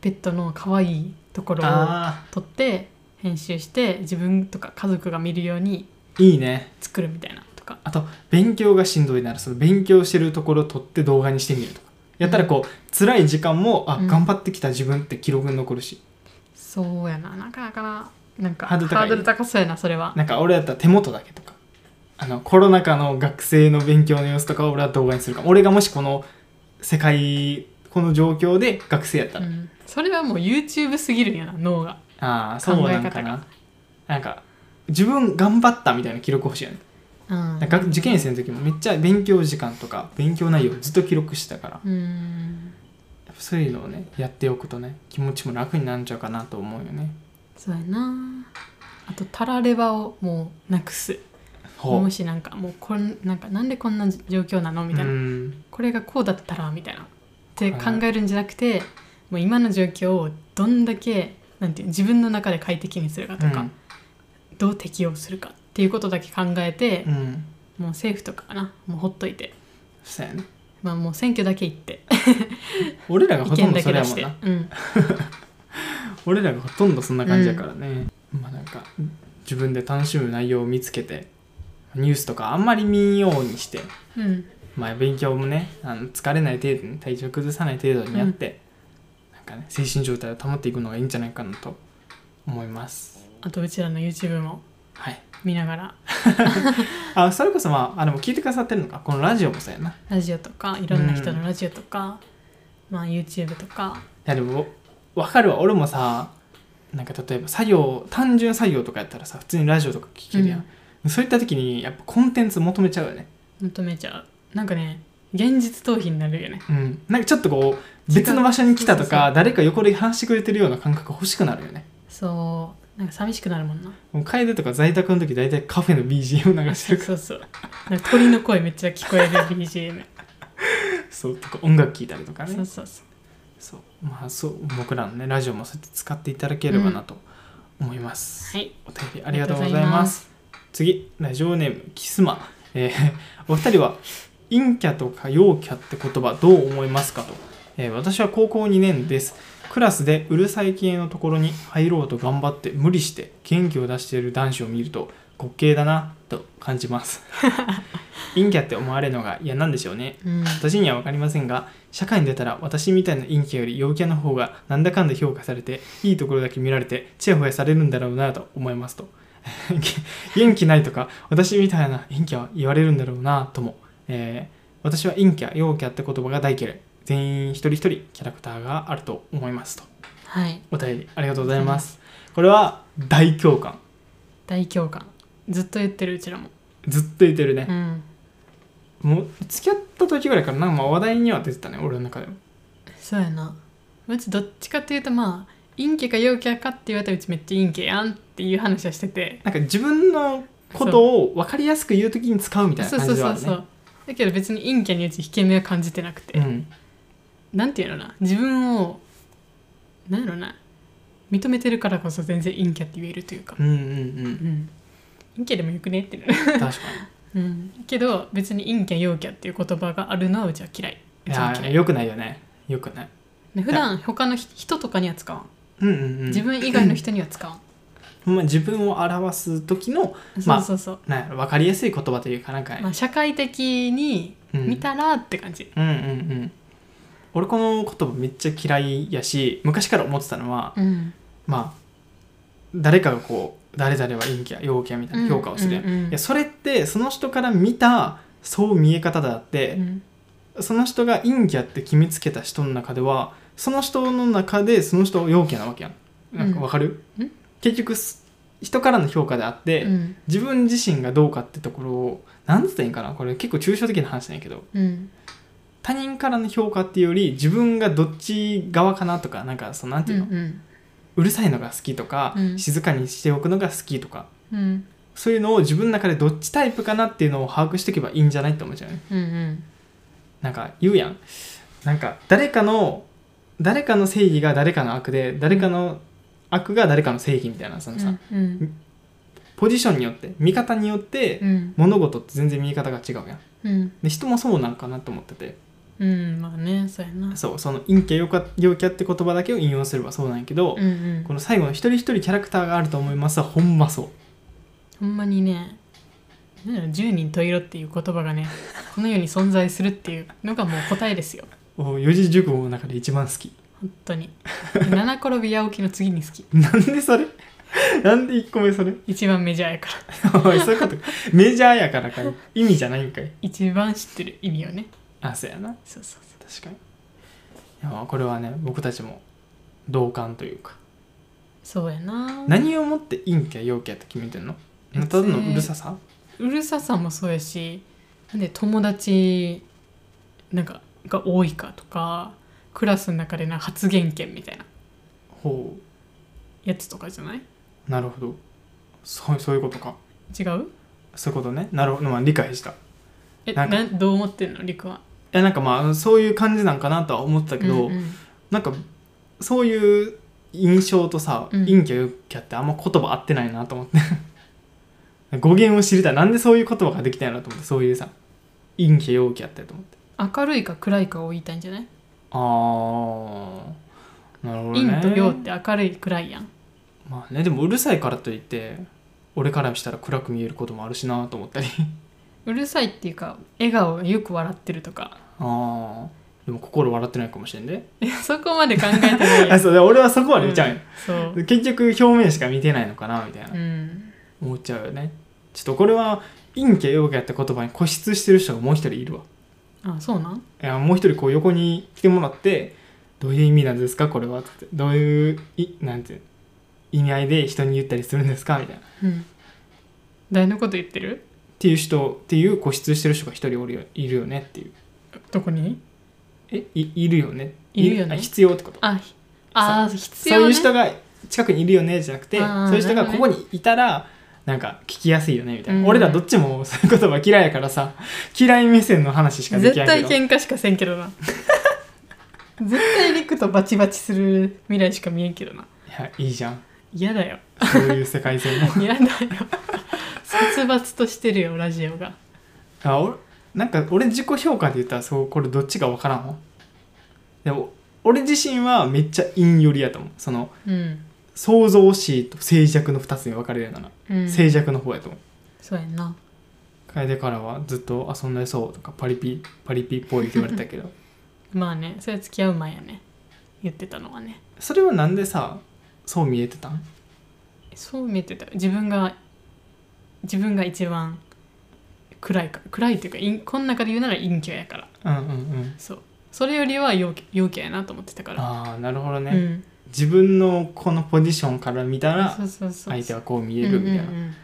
Speaker 2: ペットの可愛いところを
Speaker 1: あ
Speaker 2: 撮って編集して自分とか家族が見るように
Speaker 1: ーいいね
Speaker 2: 作るみたいなとか
Speaker 1: あと勉強がしんどいならその勉強してるところを撮って動画にしてみるとかやったらこう、辛い時間もあ、
Speaker 2: うん
Speaker 1: 頑張ってきた自分って記録に残るし
Speaker 2: そうやななかなかななんか
Speaker 1: ハ
Speaker 2: ハ
Speaker 1: ードル
Speaker 2: ー
Speaker 1: 高い
Speaker 2: ドル高そうやなそれは
Speaker 1: なんか俺だったら手元だけとかあのコロナ禍の学生の勉強の様子とかを俺は動画にするかも俺がもしこの世界この状況で学生やった
Speaker 2: う
Speaker 1: ら、
Speaker 2: ん、それはもう YouTube すぎるんやな脳が
Speaker 1: ああそうなん
Speaker 2: 考
Speaker 1: か
Speaker 2: え方
Speaker 1: な
Speaker 2: が
Speaker 1: なんか自分頑張ったみたいな記録欲しいよね
Speaker 2: うん
Speaker 1: なんか受験生の時もめっちゃ勉強時間とか勉強内容ずっと記録してたから
Speaker 2: うん
Speaker 1: やっぱそういうのをねやっておくとね気持ちも楽になっちゃうかなと思うよね
Speaker 2: そうやなあとタラレバをもうなくす
Speaker 1: ほ
Speaker 2: も
Speaker 1: う
Speaker 2: しなんかもうこんなんかなんでこんな状況なのみたいな、
Speaker 1: うん
Speaker 2: これがこうだったらみたいなって
Speaker 1: はい
Speaker 2: 考えるんじゃなくて、もう今の状況をどんだけなんていうの自分の中で快適にするかとか、どう適用するかっていうことだけ考えて
Speaker 1: う、ん
Speaker 2: もう政府とかかなもうほっといて、
Speaker 1: そうやね
Speaker 2: まあ、もう選挙だけ行って
Speaker 1: 俺らがほ
Speaker 2: 意
Speaker 1: とん
Speaker 2: 見
Speaker 1: ど
Speaker 2: だ
Speaker 1: そ
Speaker 2: け
Speaker 1: れ
Speaker 2: 出
Speaker 1: やも
Speaker 2: し
Speaker 1: ん
Speaker 2: て
Speaker 1: な
Speaker 2: うん
Speaker 1: 俺らがほとんどそんな感じやからね、まあなんか自分で楽しむ内容を見つけてニュースとかあんまり見んようにして、
Speaker 2: うん
Speaker 1: まあ、勉強もねあの疲れない程度に体調崩さない程度にやって、なんかね精神状態を保っていくのがいいんじゃないかなと思います
Speaker 2: あとうちらの YouTube も
Speaker 1: はい
Speaker 2: 見ながら
Speaker 1: あそれこそまああでも聞いてくださってるのかこのラジオもそうやない
Speaker 2: ラジオとかいろんな人のラジオとか、まあ YouTube とか
Speaker 1: やでもわかるわ俺もさなんか例えば作業単純作業とかやったらさ普通にラジオとか聞けるやん、そういった時にやっぱコンテンツ求めちゃうよね
Speaker 2: 求めちゃうなんかね現実逃避になるよね
Speaker 1: うんなんかちょっとこう別の場所に来たと
Speaker 2: そうそう
Speaker 1: か誰か横で話してくれてるような感覚欲しくなるよね
Speaker 2: そうなんか寂しくなるもんな
Speaker 1: もう楓とか在宅の時大体カフェの BGM 流して
Speaker 2: そ
Speaker 1: る
Speaker 2: う
Speaker 1: か
Speaker 2: そうそうなんか鳥の声めっちゃ聞こえる BGM
Speaker 1: らそうとか音楽聴いたりとかね
Speaker 2: そうそうそう
Speaker 1: そうまあそう僕らのねラジオもそうやって使っていただければなと思います、
Speaker 2: はい
Speaker 1: お便りありがとうございます
Speaker 2: あ
Speaker 1: 次ラジオネームキスマ、えーお二人は陰キャとか陽キャって言葉どう思いますかと、えー私は高校2年ですクラスでうるさい系のところに入ろうと頑張って無理して元気を出している男子を見ると滑稽だなと感じます陰キャって思われるのが嫌なんでしょうね
Speaker 2: りがとうございます
Speaker 1: 私には分かりませんが社会に出たら私みたいな陰キャより陽キャの方がなんだかんだ評価されていいところだけ見られてちやほやされるんだろうなと思いますと 元気ないとか私みたいな陰キャは言われるんだろうなとも、えー私は陰キャ陽キャって言葉が大嫌い全員一人一人キャラクターがあると思いますと
Speaker 2: うんはい
Speaker 1: お便りありがとうございますこれは大共感
Speaker 2: 大共感ずっと言ってるうちらも
Speaker 1: ずっと言ってるね
Speaker 2: う、ん
Speaker 1: もう付き合った時ぐらいからなんかまあ話題には出てたね俺の中でも
Speaker 2: そうやなうちどっちかっていうとまあ陰キャか陽キャかって言われたらうちめっちゃ陰キャやんっていう話はしてて
Speaker 1: なんか自分のことを分かりやすく言うときに使うみたい
Speaker 2: そ
Speaker 1: な
Speaker 2: うそ
Speaker 1: 感
Speaker 2: う
Speaker 1: じはあ
Speaker 2: そう
Speaker 1: る
Speaker 2: そ
Speaker 1: ね
Speaker 2: うだけど別に陰キャにうち引け目は感じてなくて、
Speaker 1: うん
Speaker 2: なんていうのな自分をなんやろな認めてるからこそ全然陰キャって言えるというか、
Speaker 1: うんうんう
Speaker 2: うんん、陰キャでもよくねってなる、
Speaker 1: 確か
Speaker 2: うん、けど別に陰キャ陽キャっていう言葉があるのはうちは嫌い
Speaker 1: に
Speaker 2: う
Speaker 1: い
Speaker 2: ち
Speaker 1: や
Speaker 2: は嫌い
Speaker 1: よくないよねよくない
Speaker 2: で普段他の人人とかには使わ
Speaker 1: う
Speaker 2: ん、
Speaker 1: んうんうん
Speaker 2: 自分以外の人には使わん、
Speaker 1: まあ、自分を表す時の ま
Speaker 2: そ
Speaker 1: あ
Speaker 2: うそうそう、
Speaker 1: なんやろ分かりやすい言葉というかなんか、
Speaker 2: まあ、社会的に
Speaker 1: うん、
Speaker 2: 見たらって感じ、
Speaker 1: うんうんうん俺この言葉めっちゃ嫌いやし昔から思ってたのは
Speaker 2: うん
Speaker 1: まあ誰かがこう誰々は陰キャ陽キャみたいな評価をするやん,、
Speaker 2: うんうんうん
Speaker 1: いやそれってその人から見たそう見え方だって、
Speaker 2: うん
Speaker 1: その人が陰キャって決めつけた人の中ではその人の中でその人は陽キャなわけやんなんかわかる、
Speaker 2: うんん
Speaker 1: 結局す人からの評価であって、
Speaker 2: うん
Speaker 1: 自分自身がどうかってところを何つったらいいんかなこれ結構抽象的な話なんやけど
Speaker 2: うん
Speaker 1: 他人からの評価っていうより自分がどっち側かなとかなんかそのなんて
Speaker 2: う
Speaker 1: いうの、うんるさいのが好きとか、
Speaker 2: うん
Speaker 1: 静かにしておくのが好きとか
Speaker 2: うんうん
Speaker 1: そういうのを自分の中でどっちタイプかなっていうのを把握していけばいいんじゃないって思っちゃうね
Speaker 2: うんうん
Speaker 1: なんか言うやんなんか誰かの誰かの正義が誰かの悪で誰かの悪が誰かの正義みたいなそのさ、
Speaker 2: うん
Speaker 1: ポジションによって見方によって
Speaker 2: うん
Speaker 1: 物事って全然見え方が違うやん
Speaker 2: うん
Speaker 1: で人もそうなんかなと思ってて
Speaker 2: うんまあねそうやな
Speaker 1: そうその陰キャ陽キャ陽キャって言葉だけを引用すればそうなんやけど、
Speaker 2: うんうん
Speaker 1: この最後の一人一人キャラクターがあると思いますはほんまそう
Speaker 2: ほんまにねなんだろう十人十色っていう言葉が ねこの世に存在するっていうのがもう答えですよ
Speaker 1: お四字熟語の中で一番好き
Speaker 2: 本当に七転び八起きの次に好き
Speaker 1: なんでそれ なんで一個目それ
Speaker 2: 一番メジャーやから
Speaker 1: おいそういうことかメジャーやからかい意味じゃないんかい
Speaker 2: 一番知ってる意味をね
Speaker 1: あそうやな
Speaker 2: そうそうそ
Speaker 1: 確かにいやまあこれはね僕たちも同感というか
Speaker 2: うそうやな
Speaker 1: 何をもって陰キャ陽キャって決めてんのた
Speaker 2: 別に
Speaker 1: だのうるささ
Speaker 2: うるささもそうやしなんで友達なんかが多いかとかクラスの中でな発言権みたいな
Speaker 1: ほ
Speaker 2: やつとかじゃない
Speaker 1: うんなるほどそうそういうことか
Speaker 2: 違う
Speaker 1: そういうことねなるほど、まあ、理解したい
Speaker 2: え
Speaker 1: な
Speaker 2: なん
Speaker 1: か
Speaker 2: どう思ってんのりくは
Speaker 1: やなんかまあそういう感じなんかなとは思ってたけど、
Speaker 2: うんうん
Speaker 1: なんかそういう印象とさ、
Speaker 2: うん
Speaker 1: 陰キャ陽キャってあんま言葉合ってないなと思って 語源を知りたいなんでそういう言葉ができたんやろうと思ってそういうさ陰キャ陽キャってと思って
Speaker 2: 明るいか暗いかを言いたいんじゃない
Speaker 1: あーなるほどね
Speaker 2: 陰と陽って明るい暗いやん
Speaker 1: まあねでもうるさいからといって俺からしたら暗く見えることもあるしなと思ったり
Speaker 2: うるさいっていうか笑顔よく笑ってるとか
Speaker 1: あ あでも心笑ってないかもしれんで、
Speaker 2: そこまで考えてないや
Speaker 1: あ
Speaker 2: ん
Speaker 1: そうで俺はそこまで見ちゃうよ、
Speaker 2: そう
Speaker 1: 結局表面しか見てないのかなみたいな
Speaker 2: うん
Speaker 1: 思っちゃうよねちょっとこれは陰気陽気やって言葉に固執してる人がもう一人いるわ
Speaker 2: あそうなん
Speaker 1: いやもう一人こう横に来てもらってどういう意味なんですかこれはってどういういなんていう意味合いで人に言ったりするんですかみたいなっ
Speaker 2: うん誰のこと言ってる
Speaker 1: ていう人っていう固執してる人が一人おるよいるよねっていう
Speaker 2: どこに
Speaker 1: えいいるよね
Speaker 2: いるよね
Speaker 1: あ必要ってこと
Speaker 2: あひあー必要、ね、
Speaker 1: そういう人が近くにいるよねじゃなくて
Speaker 2: あー
Speaker 1: そういう人が
Speaker 2: な
Speaker 1: こ
Speaker 2: る
Speaker 1: こ
Speaker 2: ほ
Speaker 1: にいたらなんか聞きやすいよねみたいな、
Speaker 2: うん
Speaker 1: 俺らどっちもそういう言葉嫌いやからさ嫌い目線の話しかでき
Speaker 2: 絶
Speaker 1: ない
Speaker 2: 対
Speaker 1: けど
Speaker 2: 喧嘩しかせん けどな絶対リクとバチバチする未来しか見えんけどない
Speaker 1: やいいじゃん
Speaker 2: 嫌だよ
Speaker 1: そういう世界 線も
Speaker 2: 嫌だよ殺伐としてるよラジオが
Speaker 1: あ俺なんか俺自己評価で言ったらそうこれどっちか分からんわでも俺自身はめっちゃ陰寄りやと思うその
Speaker 2: うん、
Speaker 1: 創造しと静寂の2つに分かれるような、
Speaker 2: うん、
Speaker 1: 静寂の方やと思う
Speaker 2: そうやんな
Speaker 1: 楓からはずっと遊んでそうとかパリピパリピっぽいって言われたけど
Speaker 2: まあねそれは付き合う前やね言ってたのはね
Speaker 1: それはなんでさそう見えてたん
Speaker 2: そう見えてた自分が自分が一番暗いか暗いっていうか陰こん中で言うなら陰キャやから
Speaker 1: うんうんうん
Speaker 2: そうそれよりは陽キ陽キャやなと思ってたから、
Speaker 1: ああなるほどね、
Speaker 2: うん
Speaker 1: 自分のこのポジションから見たら
Speaker 2: そうそうそう
Speaker 1: 相手はこう見えるみたいな、
Speaker 2: うんうんうん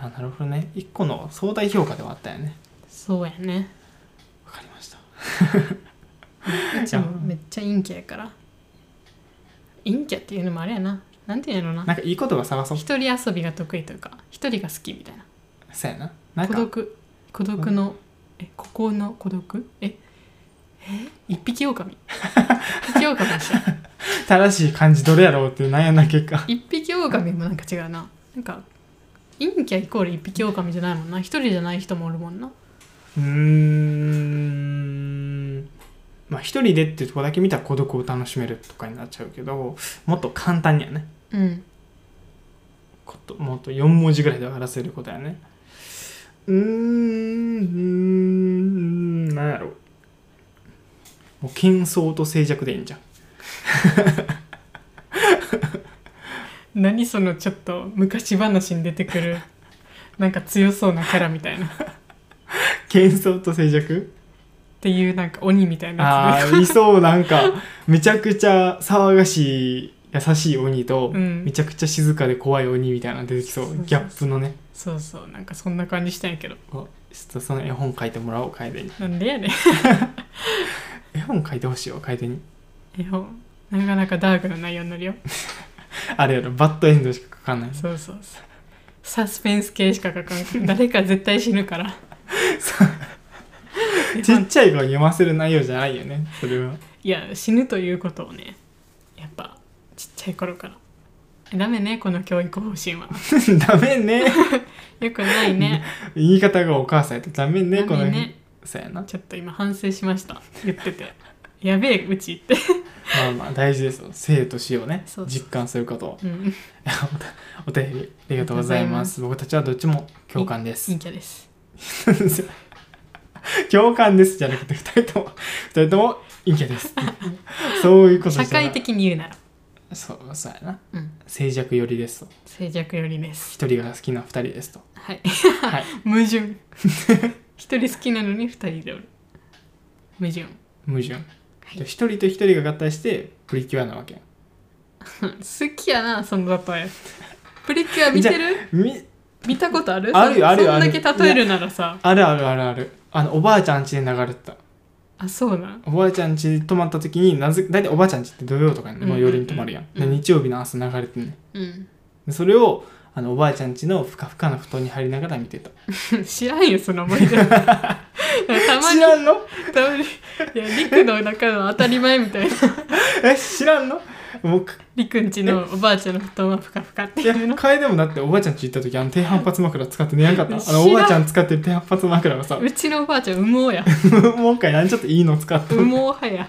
Speaker 1: あなるほどね一個の相対評価ではあったよね
Speaker 2: そうやね
Speaker 1: わかりました
Speaker 2: うちもめっちゃ陰キャやから陰キャっていうのもあれやななんていうのな
Speaker 1: なんかいいことが探そう
Speaker 2: 一人遊びが得意というか一人が好きみたいな
Speaker 1: そうやななん
Speaker 2: 孤
Speaker 1: か
Speaker 2: 独孤独のえここの孤独ええ一匹狼一匹狼でしょ
Speaker 1: 正しい感じどれやろうって悩んだ結果
Speaker 2: 一匹狼もなんか違うななんか陰キャイコール一匹狼じゃないもんな一人じゃない人もおるもんな
Speaker 1: うーんまあ一人でってとこだけ見たら孤独を楽しめるとかになっちゃうけどもっと簡単にはね
Speaker 2: うん
Speaker 1: こともっと4文字ぐらいで終わらせることやねうーんうーんなんやろうもう喧騒と静寂でいいんじゃん
Speaker 2: 何そのちょっと昔話に出てく るなんか強そうなキャラみたいなっ
Speaker 1: 喧騒と静寂
Speaker 2: ていうなんか鬼みたいなや
Speaker 1: ああいそうなんかめちゃくちゃ騒がしい優しい鬼と、
Speaker 2: つでうん
Speaker 1: めちゃくちゃ静かで怖い鬼みたいなの出てきそう
Speaker 2: そうそう
Speaker 1: ギャップのね
Speaker 2: そうそうなんかそんな感じしたんやけど
Speaker 1: おちょっとその絵本書いてもらおう楓に
Speaker 2: なんでやねん
Speaker 1: 絵本書いてほしいよ楓に
Speaker 2: 絵本なかなかダークな内容になるよ
Speaker 1: あれやろバッドエンドしか書かない
Speaker 2: そうそうそうサスペンス系しか書かんく誰か絶対死ぬから
Speaker 1: ちっちゃい子が読ませる内容じゃないよねそれはい
Speaker 2: や死ぬということをねやっぱちっちゃい頃からえダメねこの教育方針は
Speaker 1: ダメね
Speaker 2: よくないね
Speaker 1: 言い方がお母さんやとダメ ね
Speaker 2: ダ
Speaker 1: この
Speaker 2: メ
Speaker 1: 辺
Speaker 2: ね
Speaker 1: そうやな
Speaker 2: ちょっと今反省しました言っててやべえうちって、
Speaker 1: まあまあ大事ですよ生と死をね
Speaker 2: そうそう
Speaker 1: 実感することを
Speaker 2: うん、
Speaker 1: お便りありがとうございます僕たちはどっちも共感です
Speaker 2: 陰キャです
Speaker 1: 共感ですじゃなくて2人とも2人とも陰キャですそういうことじゃな
Speaker 2: 社
Speaker 1: い
Speaker 2: 会的に言うなら、
Speaker 1: そうそうやな
Speaker 2: うん、
Speaker 1: 静寂寄りですと
Speaker 2: 静寂よりです
Speaker 1: 一人が好きな2人ですと
Speaker 2: はい
Speaker 1: はい
Speaker 2: 矛 盾一人好きなのに二人でおる矛盾
Speaker 1: 矛盾
Speaker 2: はい
Speaker 1: 一人と一人が合体してプリキュアなわけや
Speaker 2: 好きやなその例えプリキュア見てる
Speaker 1: み
Speaker 2: 見たことある
Speaker 1: あるよ
Speaker 2: そ
Speaker 1: あるよ
Speaker 2: そんだ
Speaker 1: あ
Speaker 2: け
Speaker 1: る
Speaker 2: 例えるならさ
Speaker 1: あるあるあるあるあのおばあちゃん家で流れてた
Speaker 2: あそうなん
Speaker 1: おばあちゃん家に泊まった時になぜ大体おばあちゃん家って土曜とかに、まあ、
Speaker 2: うんうんうん
Speaker 1: 夜に泊まるやん、
Speaker 2: う
Speaker 1: で
Speaker 2: ん
Speaker 1: 日曜日の朝流れてんね
Speaker 2: うん
Speaker 1: でそれをあのおばあちゃん家のふかふかな布団に入りながら見てた
Speaker 2: 知らんよその思い出たま
Speaker 1: 知
Speaker 2: に
Speaker 1: らんの
Speaker 2: たまにいや陸の中の当たり前み たいな
Speaker 1: え知らんのもうか
Speaker 2: 陸んちのおばあちゃんの布団はふかふかって
Speaker 1: い
Speaker 2: い
Speaker 1: や
Speaker 2: うの
Speaker 1: 楓もだっておばあちゃん家行った時あの低反発枕使って寝やんかったあの
Speaker 2: 知
Speaker 1: お
Speaker 2: らん
Speaker 1: ばあちゃん使ってる低反発枕をさ
Speaker 2: うちのおばあちゃん羽毛や
Speaker 1: もう一回何ちょっといいの使っ
Speaker 2: 羽
Speaker 1: て
Speaker 2: 毛派や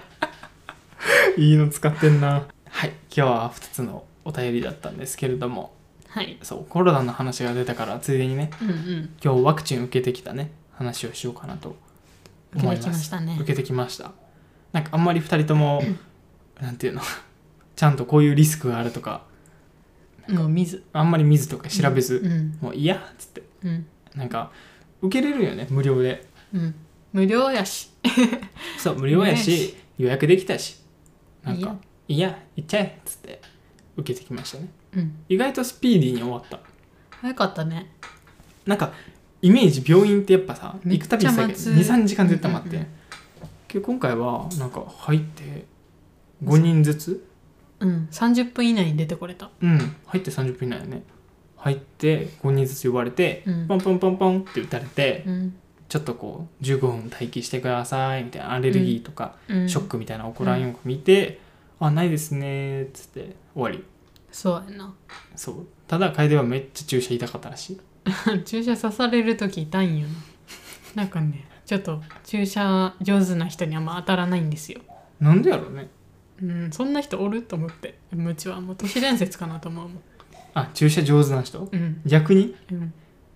Speaker 1: いいの使ってんなはい今日は2つのお便りだったんですけれども
Speaker 2: はい
Speaker 1: そうコロナの話が出たからついでにね
Speaker 2: うんうん
Speaker 1: 今日ワクチン受けてきたね話をしようかなと
Speaker 2: 受
Speaker 1: 思い
Speaker 2: けてきま
Speaker 1: ます
Speaker 2: したね
Speaker 1: 受けてきましたなんかあんまり2人ともなんていうのちゃんとこういうリスクがあるとか
Speaker 2: もう見ず
Speaker 1: あんまり見ずとか調べず、
Speaker 2: うん
Speaker 1: もういいやっつって
Speaker 2: うん
Speaker 1: なんか受けれるよね無料で
Speaker 2: うん無料やし
Speaker 1: そう無料や
Speaker 2: 無料
Speaker 1: し予約できたしなんかいや行っちゃえっつって受けてきましたね
Speaker 2: うん
Speaker 1: 意外とスピーディーに終わった
Speaker 2: 早かったね
Speaker 1: なんかイメージ病院ってやっぱさ
Speaker 2: めっ
Speaker 1: 行
Speaker 2: ちゃ
Speaker 1: くたびにさ
Speaker 2: 待つ
Speaker 1: 23時間絶対待って、
Speaker 2: うんうん
Speaker 1: けど今回はなんか入って5人ずつ
Speaker 2: うん30分以内に出てこれた
Speaker 1: うん入って30分以内だね入って5人ずつ呼ばれて、
Speaker 2: うん
Speaker 1: ポンポンポンポンって打たれて、
Speaker 2: うん
Speaker 1: ちょっとこう15分待機してくださいみたいなアレルギーとか、
Speaker 2: うん
Speaker 1: ショックみたいな起こらんよく見て、あないですねーっつって終わり
Speaker 2: そうやな
Speaker 1: そうただ楓はめっちゃ注射痛かったらしい
Speaker 2: 注射刺される時痛いんよななんかねちょっと注射上手な人にはあんま当たらないんですよ
Speaker 1: なんでやろうね
Speaker 2: うんそんな人おると思ってうちはもう都市伝説かなと思うもん
Speaker 1: あ注射上手な人
Speaker 2: うん
Speaker 1: 逆に
Speaker 2: うん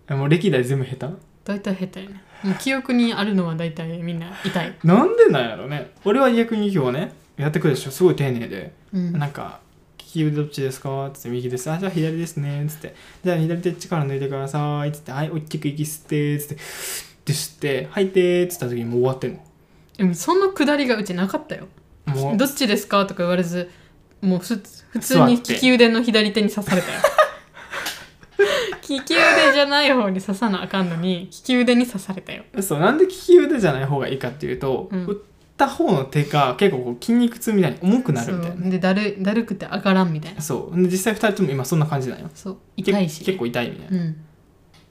Speaker 1: えもう歴代全部下
Speaker 2: 大体下手やねもう記憶にあるのは大体みんな痛い
Speaker 1: 手なんでなんやろね俺は逆に今日ねやってくるでしょすごい丁寧で、
Speaker 2: うん
Speaker 1: なんか「利き腕どっちですか?」っつって「右です」「あじゃあ左ですね」っつって「じゃあ左手力抜いてください」っつって「はい大きく息吸って」っつって「で吸って吐いて」っつった時にもう終わってんの
Speaker 2: でもそのくだりがうちなかったよ
Speaker 1: もう
Speaker 2: どっちですかとか言われずもうふつ普通
Speaker 1: 座って
Speaker 2: に利き腕の左手に刺されたよ 利き腕じゃない方に刺さなあかんのに利き腕に刺されたよ
Speaker 1: そうなんで利き腕じゃない方がいいかっていうと、
Speaker 2: うん
Speaker 1: 打った方の手が結構こう筋肉痛みたいに重くな
Speaker 2: そ
Speaker 1: るみたいな
Speaker 2: うでだるだるくて上がらんみたいな
Speaker 1: そうで実際2人とも今そんな感じなんよ
Speaker 2: そう痛いし
Speaker 1: け結構痛いみたいな
Speaker 2: うん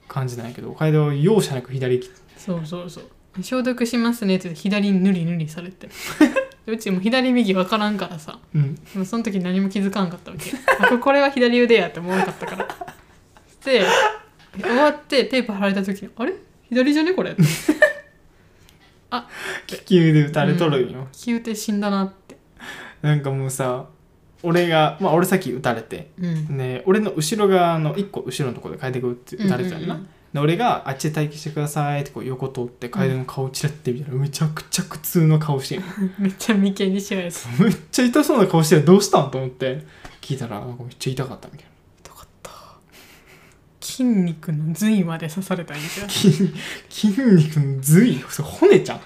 Speaker 1: 感じなんやけど楓は容赦なく左利き
Speaker 2: そうそうそう消毒しますねって言って左にぬりぬりされて でうちも左右分からんからさ
Speaker 1: うん
Speaker 2: でもその時何も気づかんかったわけあこれこれは左腕やって思わなかったからで終わってテープ貼られた時にあれ左じゃねこれって
Speaker 1: 利き腕打たれとるんよ、
Speaker 2: 利き腕死んだなって
Speaker 1: なんかもうさ俺がまあ俺さっき打たれて
Speaker 2: うん
Speaker 1: ね俺の後ろ側の1個後ろのところで楓が打って打たれてたよな、
Speaker 2: うんうん
Speaker 1: で俺があっちで待機してくださいってこう横通って楓の顔チラってみたらめちゃくちゃ苦痛の顔してんの
Speaker 2: めっちゃ眉間にしわ寄せ
Speaker 1: めっちゃ痛そうな顔してるどうしたんと思って聞いたらなんかめっちゃ痛かったみたいな
Speaker 2: たかった筋肉の髄まで刺されたんですよ
Speaker 1: 筋筋肉の髄それ骨じゃん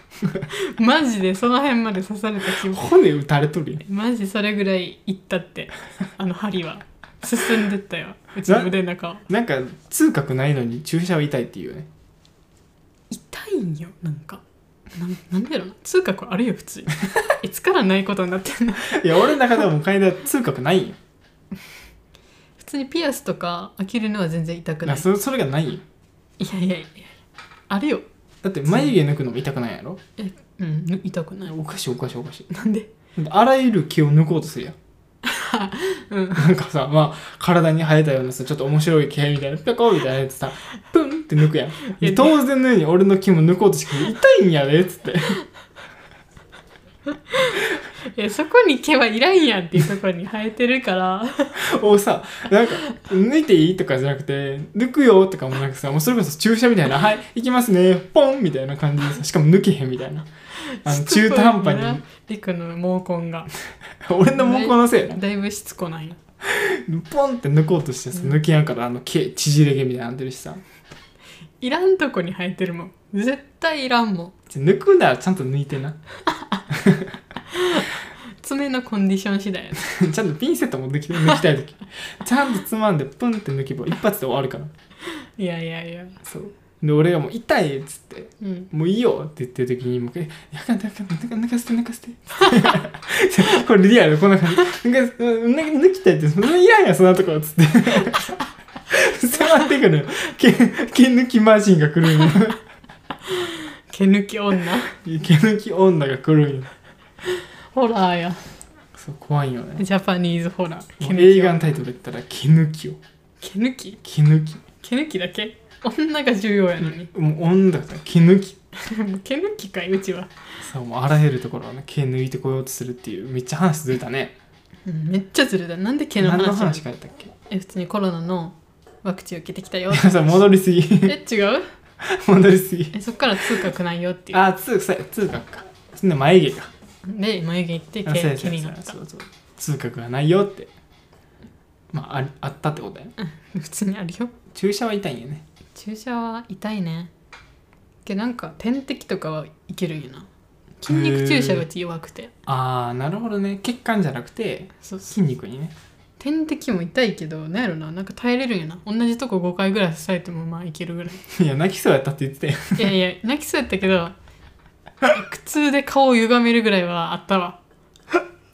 Speaker 2: マジでその辺まで刺された気分
Speaker 1: 骨打たれとるやん
Speaker 2: マジそれぐらいいった ってあの針は進んでったようちの腕の中を
Speaker 1: なんか痛覚ないのに注射は痛いっていうね
Speaker 2: 痛いんよなんかなんなんでやろな痛覚あるよ普通に いつからないことになってんの
Speaker 1: いや俺の中ではもう楓は痛覚ないんよ
Speaker 2: 普通にピアスとか開けるのは全然痛
Speaker 1: だか
Speaker 2: くな
Speaker 1: ら
Speaker 2: い
Speaker 1: そそれがないんよ
Speaker 2: いやいやいやあるよ
Speaker 1: だって眉毛抜くのも痛くないやろ
Speaker 2: えうんぬ痛くない
Speaker 1: おかしいおかしいおかしい
Speaker 2: なんで
Speaker 1: だってあらゆる毛を抜こうとするやん
Speaker 2: うん
Speaker 1: なんかさまあ体に生えたようなさちょっと面白い毛みたいなピョコみたいなやつさプンって抜くやん
Speaker 2: や
Speaker 1: で当然のように俺の毛も抜こうとしてくる痛いんやでっつって
Speaker 2: えそこに毛はいらんやんっていうところに生えてるから
Speaker 1: をさなんか抜いていいとかじゃなくて抜くよとかもなくさもうそれこそ注射みたいな「はい行きますねポン!」みたいな感じでさしかも抜けへんみたいなあ の中途半端に
Speaker 2: リクの毛根が
Speaker 1: 俺の毛根のせいやな
Speaker 2: だいぶしつこない
Speaker 1: ポンって抜こうとしてさ抜けやんからあの毛縮れ毛みたいになってるしさ
Speaker 2: いらんとこに生えてるもん絶対いらんもん
Speaker 1: 抜くならちゃんと抜いてな
Speaker 2: 爪のコンディション次第やな
Speaker 1: ちゃんとピンセットも抜き 抜きたい時ちゃんとつまんでプンって抜けば一発で終わるから
Speaker 2: いやいやいや
Speaker 1: そうで俺がもう痛いっつって
Speaker 2: うん
Speaker 1: もういいよって言ってる時にもう「えやかんやかん抜か抜かせて抜かせて」 これリアルこんな感じ抜か抜か抜きたいってそんないらんやそんなとこっつって 迫ってくる毛毛抜きマシンが来るんよ
Speaker 2: 毛抜き女
Speaker 1: 毛抜き女が来るんよ
Speaker 2: ホラーや
Speaker 1: そう怖いよね
Speaker 2: ジャパニーズホラー
Speaker 1: もう映画
Speaker 2: 女
Speaker 1: のタイトル言ったら「毛抜きを
Speaker 2: 毛抜き
Speaker 1: 毛抜き
Speaker 2: 毛抜きだけ女が重要やのに
Speaker 1: もう女だから毛抜き
Speaker 2: もう毛抜きかいうちは
Speaker 1: そうもうあらゆるところをね毛抜いてこようとするっていうめっちゃ話ずれたね
Speaker 2: うんめっちゃずるだよなんで毛の
Speaker 1: 何の
Speaker 2: 話なの
Speaker 1: 話からやったっけ
Speaker 2: え普通にコロナのワクチン受けてき たよ
Speaker 1: さ戻りすぎ
Speaker 2: え違う
Speaker 1: 戻りす ぎ
Speaker 2: えそっから痛覚ないよっていう
Speaker 1: あ通そうや通学かそんで眉毛か
Speaker 2: で眉毛行っ
Speaker 1: あ
Speaker 2: て
Speaker 1: そう
Speaker 2: 毛
Speaker 1: や
Speaker 2: 気
Speaker 1: そうや
Speaker 2: に
Speaker 1: そ
Speaker 2: な
Speaker 1: う
Speaker 2: っ
Speaker 1: や
Speaker 2: た
Speaker 1: そうそう通学がないよってまあありあったってことやね
Speaker 2: 普通にあるよ
Speaker 1: 注射は痛いんやね
Speaker 2: 注射は痛いねけどなんか点滴とかはいけるんやな筋肉注射がうち弱くて
Speaker 1: ああなるほどね血管じゃなくて
Speaker 2: そうそう
Speaker 1: 筋肉にね
Speaker 2: 点滴も痛いけどなんやろななんか耐えれるんやな同じとこ5回ぐらい刺されてもまあいけるぐらい
Speaker 1: いや泣きそうやったって言ってたよ
Speaker 2: いやいや泣きそうやったけど苦痛で顔を歪めるぐらいはあったわ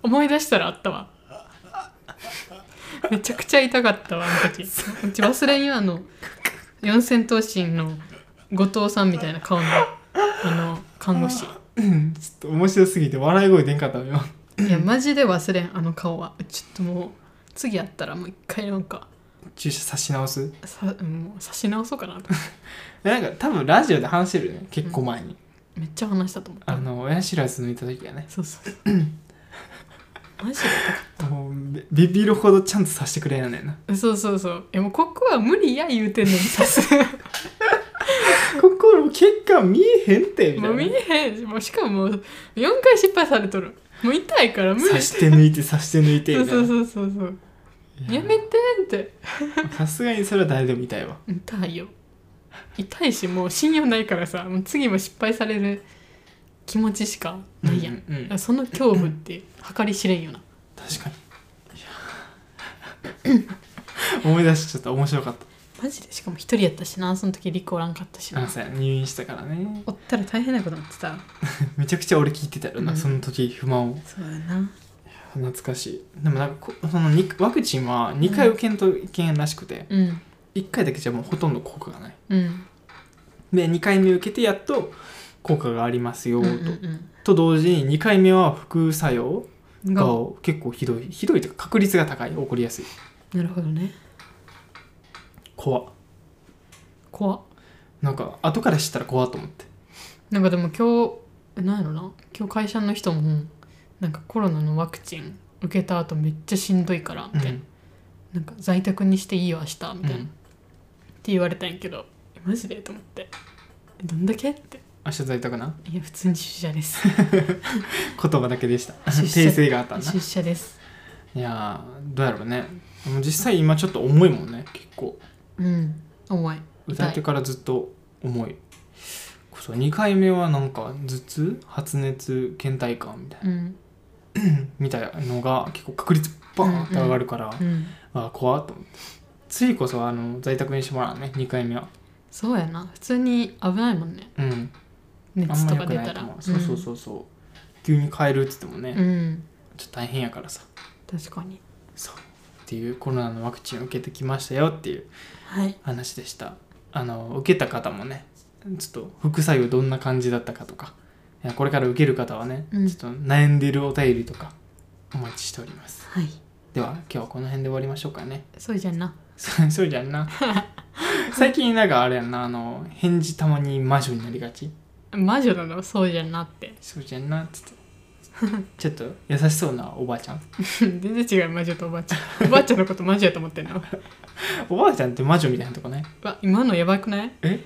Speaker 2: 思い出したらあった わめちゃくちゃ痛かったわあの時うち忘れんよあの四千頭身の後藤さんみたいな顔のあの看護師
Speaker 1: うんちょっと面白すぎて笑い声出んかったのよ
Speaker 2: いやマジで忘れんあの顔はちょっともう次やったらもう一回なんか
Speaker 1: 注射差し直す
Speaker 2: さもう差し直そうかなと
Speaker 1: なんか多分ラジオで話してるよね結構前に、
Speaker 2: めっちゃ話したと思った
Speaker 1: あの親知らず抜いた時はね
Speaker 2: そうそうそうマジで
Speaker 1: もうびビビるほどちゃんとさしてくれやねんな
Speaker 2: そうそうそうえもうここは無理や言うてんのにさす
Speaker 1: ここの血管見えへんってみた
Speaker 2: もう見
Speaker 1: いな
Speaker 2: えへんしもうしかももう4回失敗されとるもう痛いから無理
Speaker 1: 刺して抜いて刺して抜いて
Speaker 2: そう
Speaker 1: みたい
Speaker 2: そう
Speaker 1: な
Speaker 2: そうそうそう
Speaker 1: い
Speaker 2: や
Speaker 1: や
Speaker 2: めてって
Speaker 1: さすがにそれは誰でも痛いわ
Speaker 2: 痛いよ痛いしもう信用ないからさもう次も失敗される気持ちしかないやん、
Speaker 1: うんうん
Speaker 2: だからその恐怖って計り知れんよな
Speaker 1: 確かに思い出しちゃった面白かっ
Speaker 2: マジでしかも一人やったしなその時リコおらんかったした
Speaker 1: あ
Speaker 2: な
Speaker 1: のさ入院したからね
Speaker 2: おったら大変なことになってた
Speaker 1: めちゃくちゃ俺聞いてたよな、
Speaker 2: うん
Speaker 1: その時不満を
Speaker 2: そうやな
Speaker 1: 懐かしいでもなんかこそのにワクチンは2回受けんといけんらしくて、
Speaker 2: うん
Speaker 1: 1回だけじゃもうほとんど効果がない
Speaker 2: うん
Speaker 1: で2回目受けてやっと効果がありますよ
Speaker 2: うん
Speaker 1: と、
Speaker 2: うん
Speaker 1: と同時に2回目は副作用
Speaker 2: うん
Speaker 1: が
Speaker 2: が
Speaker 1: 結構ひどいひどいというか確率が高い起こりやすい
Speaker 2: なるほどね
Speaker 1: 怖っ
Speaker 2: 怖っ
Speaker 1: なんか後から知ったら怖っと思って
Speaker 2: なんかでも今日えなんやろな今日会社の人もなんかコロナのワクチン受けた後めっちゃしんどいからみたいな、なんか在宅にしていいよ明日みたいな、
Speaker 1: うん
Speaker 2: って言われたんやけどえマジでと思ってえどんだけって
Speaker 1: 明日在宅ない
Speaker 2: や普通に出社です
Speaker 1: 言葉だけでした
Speaker 2: 出社
Speaker 1: 訂正があったんだ
Speaker 2: 出社です
Speaker 1: いやーどうやろうねもう実際今ちょっと重いもんね結構
Speaker 2: うん重い
Speaker 1: 歌い手からずっと重いそう2回目はなんか頭痛発熱倦怠感みたいな、
Speaker 2: うん
Speaker 1: みたいなのが結構確率バーンって上がるから、
Speaker 2: うん
Speaker 1: あ怖っと思って次こそあの在宅にしてもらうね2回目は
Speaker 2: そうやな普通に危ないもんね
Speaker 1: うんあん
Speaker 2: 熱
Speaker 1: ま
Speaker 2: と
Speaker 1: 良
Speaker 2: か
Speaker 1: く
Speaker 2: 出
Speaker 1: ない
Speaker 2: た
Speaker 1: と
Speaker 2: ら
Speaker 1: 思う、そうそうそうそう急に変えるっつってもね、
Speaker 2: うん、うん、
Speaker 1: ちょっと大変やからさ
Speaker 2: 確かに
Speaker 1: そうっていうコロナのワクチン受けてきましたよっていう
Speaker 2: はい
Speaker 1: 話でしたあの受けた方もねちょっと副作用どんな感じだったかとかいやこれから受ける方はね、
Speaker 2: うん
Speaker 1: ちょっと悩んでるお便りとかお待ちしております
Speaker 2: はい
Speaker 1: では今日はこの辺で終わりましょうかね
Speaker 2: そうじゃんな
Speaker 1: そうそうじゃんな最近なんかあれやんなあの返事たまに魔女になりがち
Speaker 2: 魔女なのそうじゃんなって
Speaker 1: そうじゃんなっつってちょっと優しそうなおばあちゃん
Speaker 2: 全然違う魔女とおばあちゃんおばあちゃんのこと魔女やと思ってんの
Speaker 1: おばあちゃんって魔女みたいなとこね
Speaker 2: わ今のやばくない
Speaker 1: え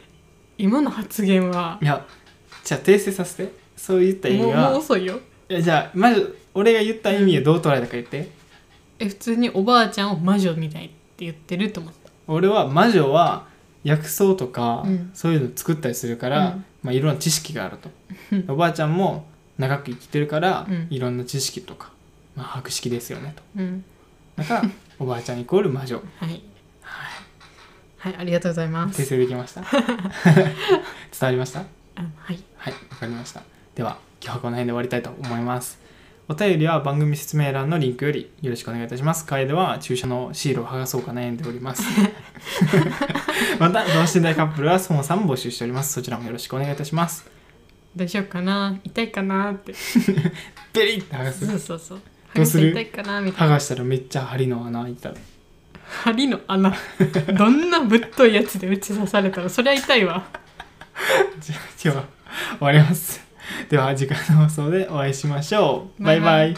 Speaker 2: 今の発言はい
Speaker 1: やじゃあ訂正させてそう言った意味
Speaker 2: もうもう
Speaker 1: は
Speaker 2: 遅いよ
Speaker 1: いやじゃあまず俺が言った意味をどう捉えたか言って
Speaker 2: え普通におばあちゃんを魔女みたいって言ってると思った
Speaker 1: 俺は魔女は薬草とか、
Speaker 2: うん
Speaker 1: そういうの作ったりするから、
Speaker 2: うん
Speaker 1: まあ、いろんな知識がある と
Speaker 2: うん
Speaker 1: おばあちゃんも長く生きてるから、
Speaker 2: うん
Speaker 1: いろんな知識とか、まあ、博識ですよねと
Speaker 2: うん
Speaker 1: だからおばあちゃんイコール魔女
Speaker 2: はいはいありがとうございま
Speaker 1: 訂
Speaker 2: す
Speaker 1: 正できました 伝わりました
Speaker 2: あはい
Speaker 1: はい、わかりました。では、今日はこの辺で終わりたいと思います。お便りは番組説明欄のリンクよりよろしくお願いいたします。楓は注射のシールを剥がそうか悩んでおります。 また、同心大カップルはそもさんも募集しております。そちらもよろしくお願いいたします。
Speaker 2: どうしようかな痛いかなって
Speaker 1: ペリッて剥がす。
Speaker 2: そうそうそう
Speaker 1: ど
Speaker 2: 剥
Speaker 1: う
Speaker 2: が
Speaker 1: す
Speaker 2: し
Speaker 1: る
Speaker 2: て痛いかなみたいな
Speaker 1: 剥がしたらめっちゃ針の穴開いたで。
Speaker 2: 針の穴どんなぶっといやつで打ち刺されたらそりゃ痛いわ
Speaker 1: じゃあ、今日は終わります。では、次回の放送でお会いしましょう。バイバイ。
Speaker 2: バイバイ